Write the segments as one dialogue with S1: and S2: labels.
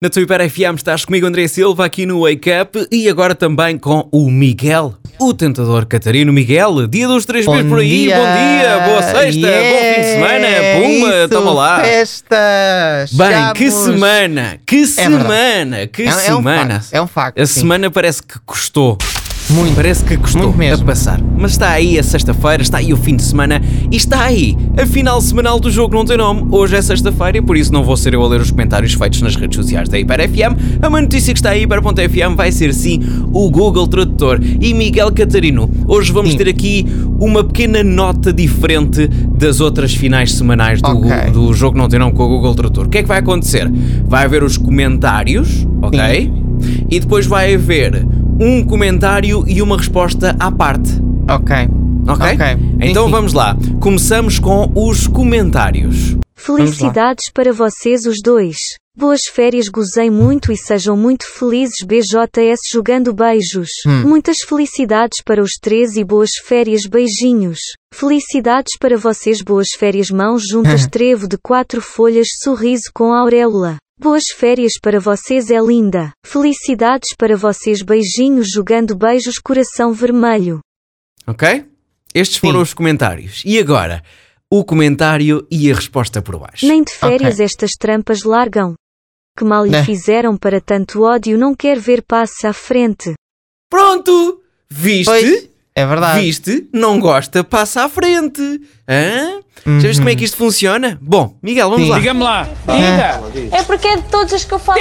S1: Na tua Hiper FM estás comigo, André Silva, aqui no Wake Up e agora também com o Miguel, o tentador Catarino. Miguel, dia dos três meses por aí, bom dia, boa sexta, bom fim de semana, pumba,
S2: é isso,
S1: toma lá.
S2: Festas!
S1: Bem, que
S2: Chegamos.
S1: semana, que semana, que
S2: É, é um
S1: semana.
S2: facto, é um facto.
S1: A
S2: sim.
S1: semana parece que custou.
S2: Muito.
S1: Parece que custou
S2: Muito mesmo.
S1: a passar. Mas está aí a sexta-feira, está aí o fim de semana e está aí a final semanal do jogo não tem nome. Hoje é sexta-feira e por isso não vou ser eu a ler os comentários feitos nas redes sociais da Hiper FM. A má notícia que está aí, hiper.fm, vai ser sim o Google Tradutor e Miguel Catarino. Hoje vamos
S2: Sim.
S1: ter aqui uma pequena nota diferente das outras finais semanais do,
S2: Ok.
S1: Gu- do jogo não tem nome com o Google Tradutor. O que é que vai acontecer? Vai haver os comentários, ok?
S2: Sim.
S1: E depois vai haver um comentário e uma resposta à parte.
S2: Ok.
S1: Ok?
S2: Ok. Sim,
S1: Então
S2: sim.
S1: vamos lá. Começamos com os comentários.
S3: Felicidades para vocês os dois. Boas férias, gozei muito e sejam muito felizes. BJS jogando beijos. Muitas felicidades para os três e boas férias, beijinhos. Felicidades para vocês, boas férias, mãos juntas, trevo de quatro folhas, sorriso com auréola. Boas férias para vocês, é linda. Felicidades para vocês, beijinhos, jogando beijos, coração vermelho.
S1: Ok? Estes
S2: Sim.
S1: foram os comentários. E agora, o comentário e a resposta por baixo.
S3: Nem de férias
S2: Ok.
S3: estas trampas largam. Que mal lhe
S2: Né.
S3: fizeram para tanto ódio, não quer ver passe à frente.
S1: Pronto! Viste?
S2: Pois, é verdade.
S1: Viste? Não gosta, passa à frente. Hã? Já viste como é que isto funciona? Bom, Miguel, vamos
S2: Uhum. Sim.
S1: lá.
S4: Diga-me lá. Diga.
S5: É porque é de todos as que eu falo.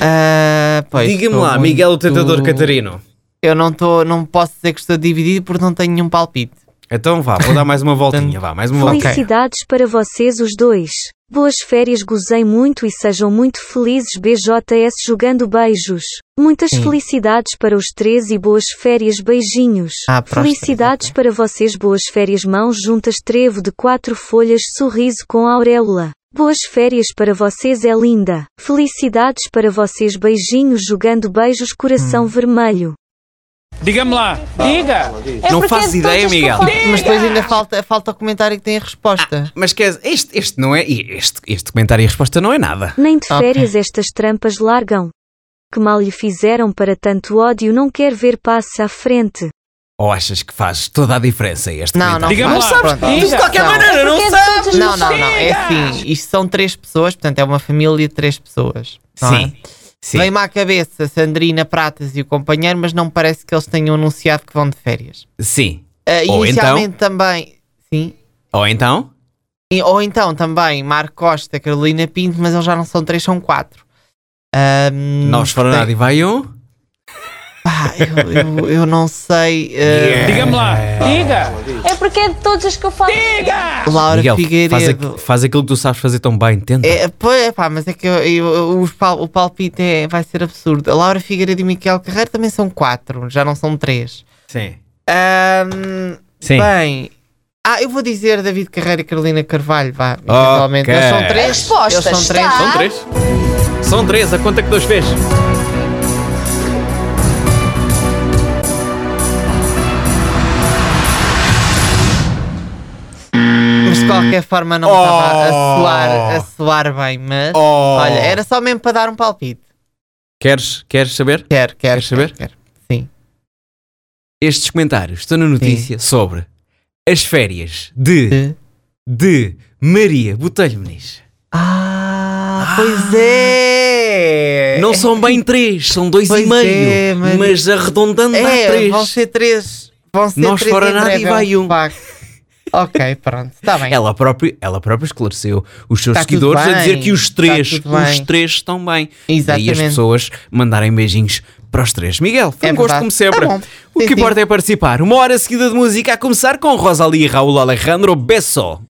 S2: Ah, pois,
S1: Diga-me
S2: estou
S1: lá, Miguel, o
S2: muito-
S1: tentador Catarino.
S2: Eu não, tô, não posso dizer que estou dividido porque não tenho nenhum palpite.
S1: Então vá, vou dar mais uma voltinha, vá, mais uma voltinha.
S3: Felicidades para vocês os dois. Boas férias, gozem muito e sejam muito felizes. BJS jogando beijos. Muitas felicidades para os três e boas férias, beijinhos.
S2: Ah, para os três,
S3: felicidades para vocês, boas férias, mãos juntas, trevo de quatro folhas, sorriso com auréola. Boas férias para vocês, é linda. Felicidades para vocês, beijinhos, jogando beijos, coração vermelho.
S4: Diga-me lá. Diga.
S5: É
S1: Não
S5: porque
S1: faço
S5: é de
S1: ideia,
S5: todas que eu
S1: Miguel.
S5: falo.
S2: Mas depois ainda falta, falta o comentário que tem a resposta.
S1: Mas quer dizer, este, este não é. Este, este comentário e resposta não é nada.
S3: Nem de
S2: Ok.
S3: férias estas trampas largam. Que mal lhe fizeram para tanto ódio, não quer ver passe à frente.
S1: Ou achas que faz toda a diferença este
S2: Não, não
S1: comentário?
S4: Diga-me
S2: faz.
S4: lá.
S2: Então Pronto.
S4: Diga.
S1: De qualquer
S2: Não.
S1: maneira, não
S5: Porque é de
S1: sabe!
S5: todas as que eu
S2: Não, não,
S5: falo.
S2: não. É assim. Isto são três pessoas, portanto é uma família de três pessoas. não é?
S1: Sim, sim.
S2: Veio-me à cabeça Sandrina Pratas e o companheiro, mas não me parece que eles tenham anunciado que vão de férias.
S1: Sim.
S2: Ah,
S1: Ou então?
S2: inicialmente também. Sim.
S1: Ou então.
S2: E- ou então também Marco Costa, Carolina Pinto, mas eles já não são três, são quatro. Ahm,
S1: Nós foram nada e vai um.
S2: pá, eu, eu- eu não sei. ah,
S4: Diga-me lá. Diga.
S5: É porque é de todas as que eu falo.
S2: Laura
S1: Miguel, faz, aqu-
S2: Figueiredo.
S1: faz aquilo que tu sabes fazer tão bem, tenta.
S2: É, pois, pá, mas é que eu- eu- os pal- o palpite é- vai ser absurdo. A Laura Figueiredo e Miquel Carreiro também são quatro, já não são três.
S1: Sim.
S2: Ahm,
S1: Sim.
S2: Bem. Ah, eu vou dizer David Carreira e Carolina Carvalho, vá. Eventualmente. Eles são três.
S5: A resposta
S2: Eles são três.
S5: está-
S1: São três. São três, a conta que Deus fez.
S2: Mas de qualquer forma não estava a,
S1: Oh.
S2: soar, a soar bem. Mas, olha, era só mesmo para dar um palpite.
S1: Queres, queres saber?
S2: Quero, quero.
S1: Queres saber?
S2: Quero, quero. Sim.
S1: Estes comentários estão na notícia sobre as férias de,
S2: De-
S1: de Maria Botelho Muniz.
S2: Ah, pois é!
S1: Não são bem três, são dois
S2: Pois
S1: e meio.
S2: é, Maria.
S1: mas arredondando a
S2: é,
S1: três.
S2: vão ser três. Vão ser
S1: Nós
S2: três
S1: fora
S2: em
S1: nada
S2: breve,
S1: e
S2: é um
S1: vai um.
S2: facto. ok, pronto. Está bem.
S1: Ela própria, ela própria esclareceu os seus
S2: Tá tudo
S1: seguidores a
S2: bem,
S1: dizer que os
S2: tá
S1: três,
S2: tudo bem.
S1: os três estão bem. E as
S2: Exatamente.
S1: pessoas mandarem beijinhos para os três. Miguel, foi
S2: É
S1: um gosto
S2: verdade.
S1: como sempre.
S2: Tá bom.
S1: o
S2: Sim,
S1: que
S2: sim.
S1: importa é participar. Uma hora seguida de música a começar com Rosalie e Raul Alejandro Besso.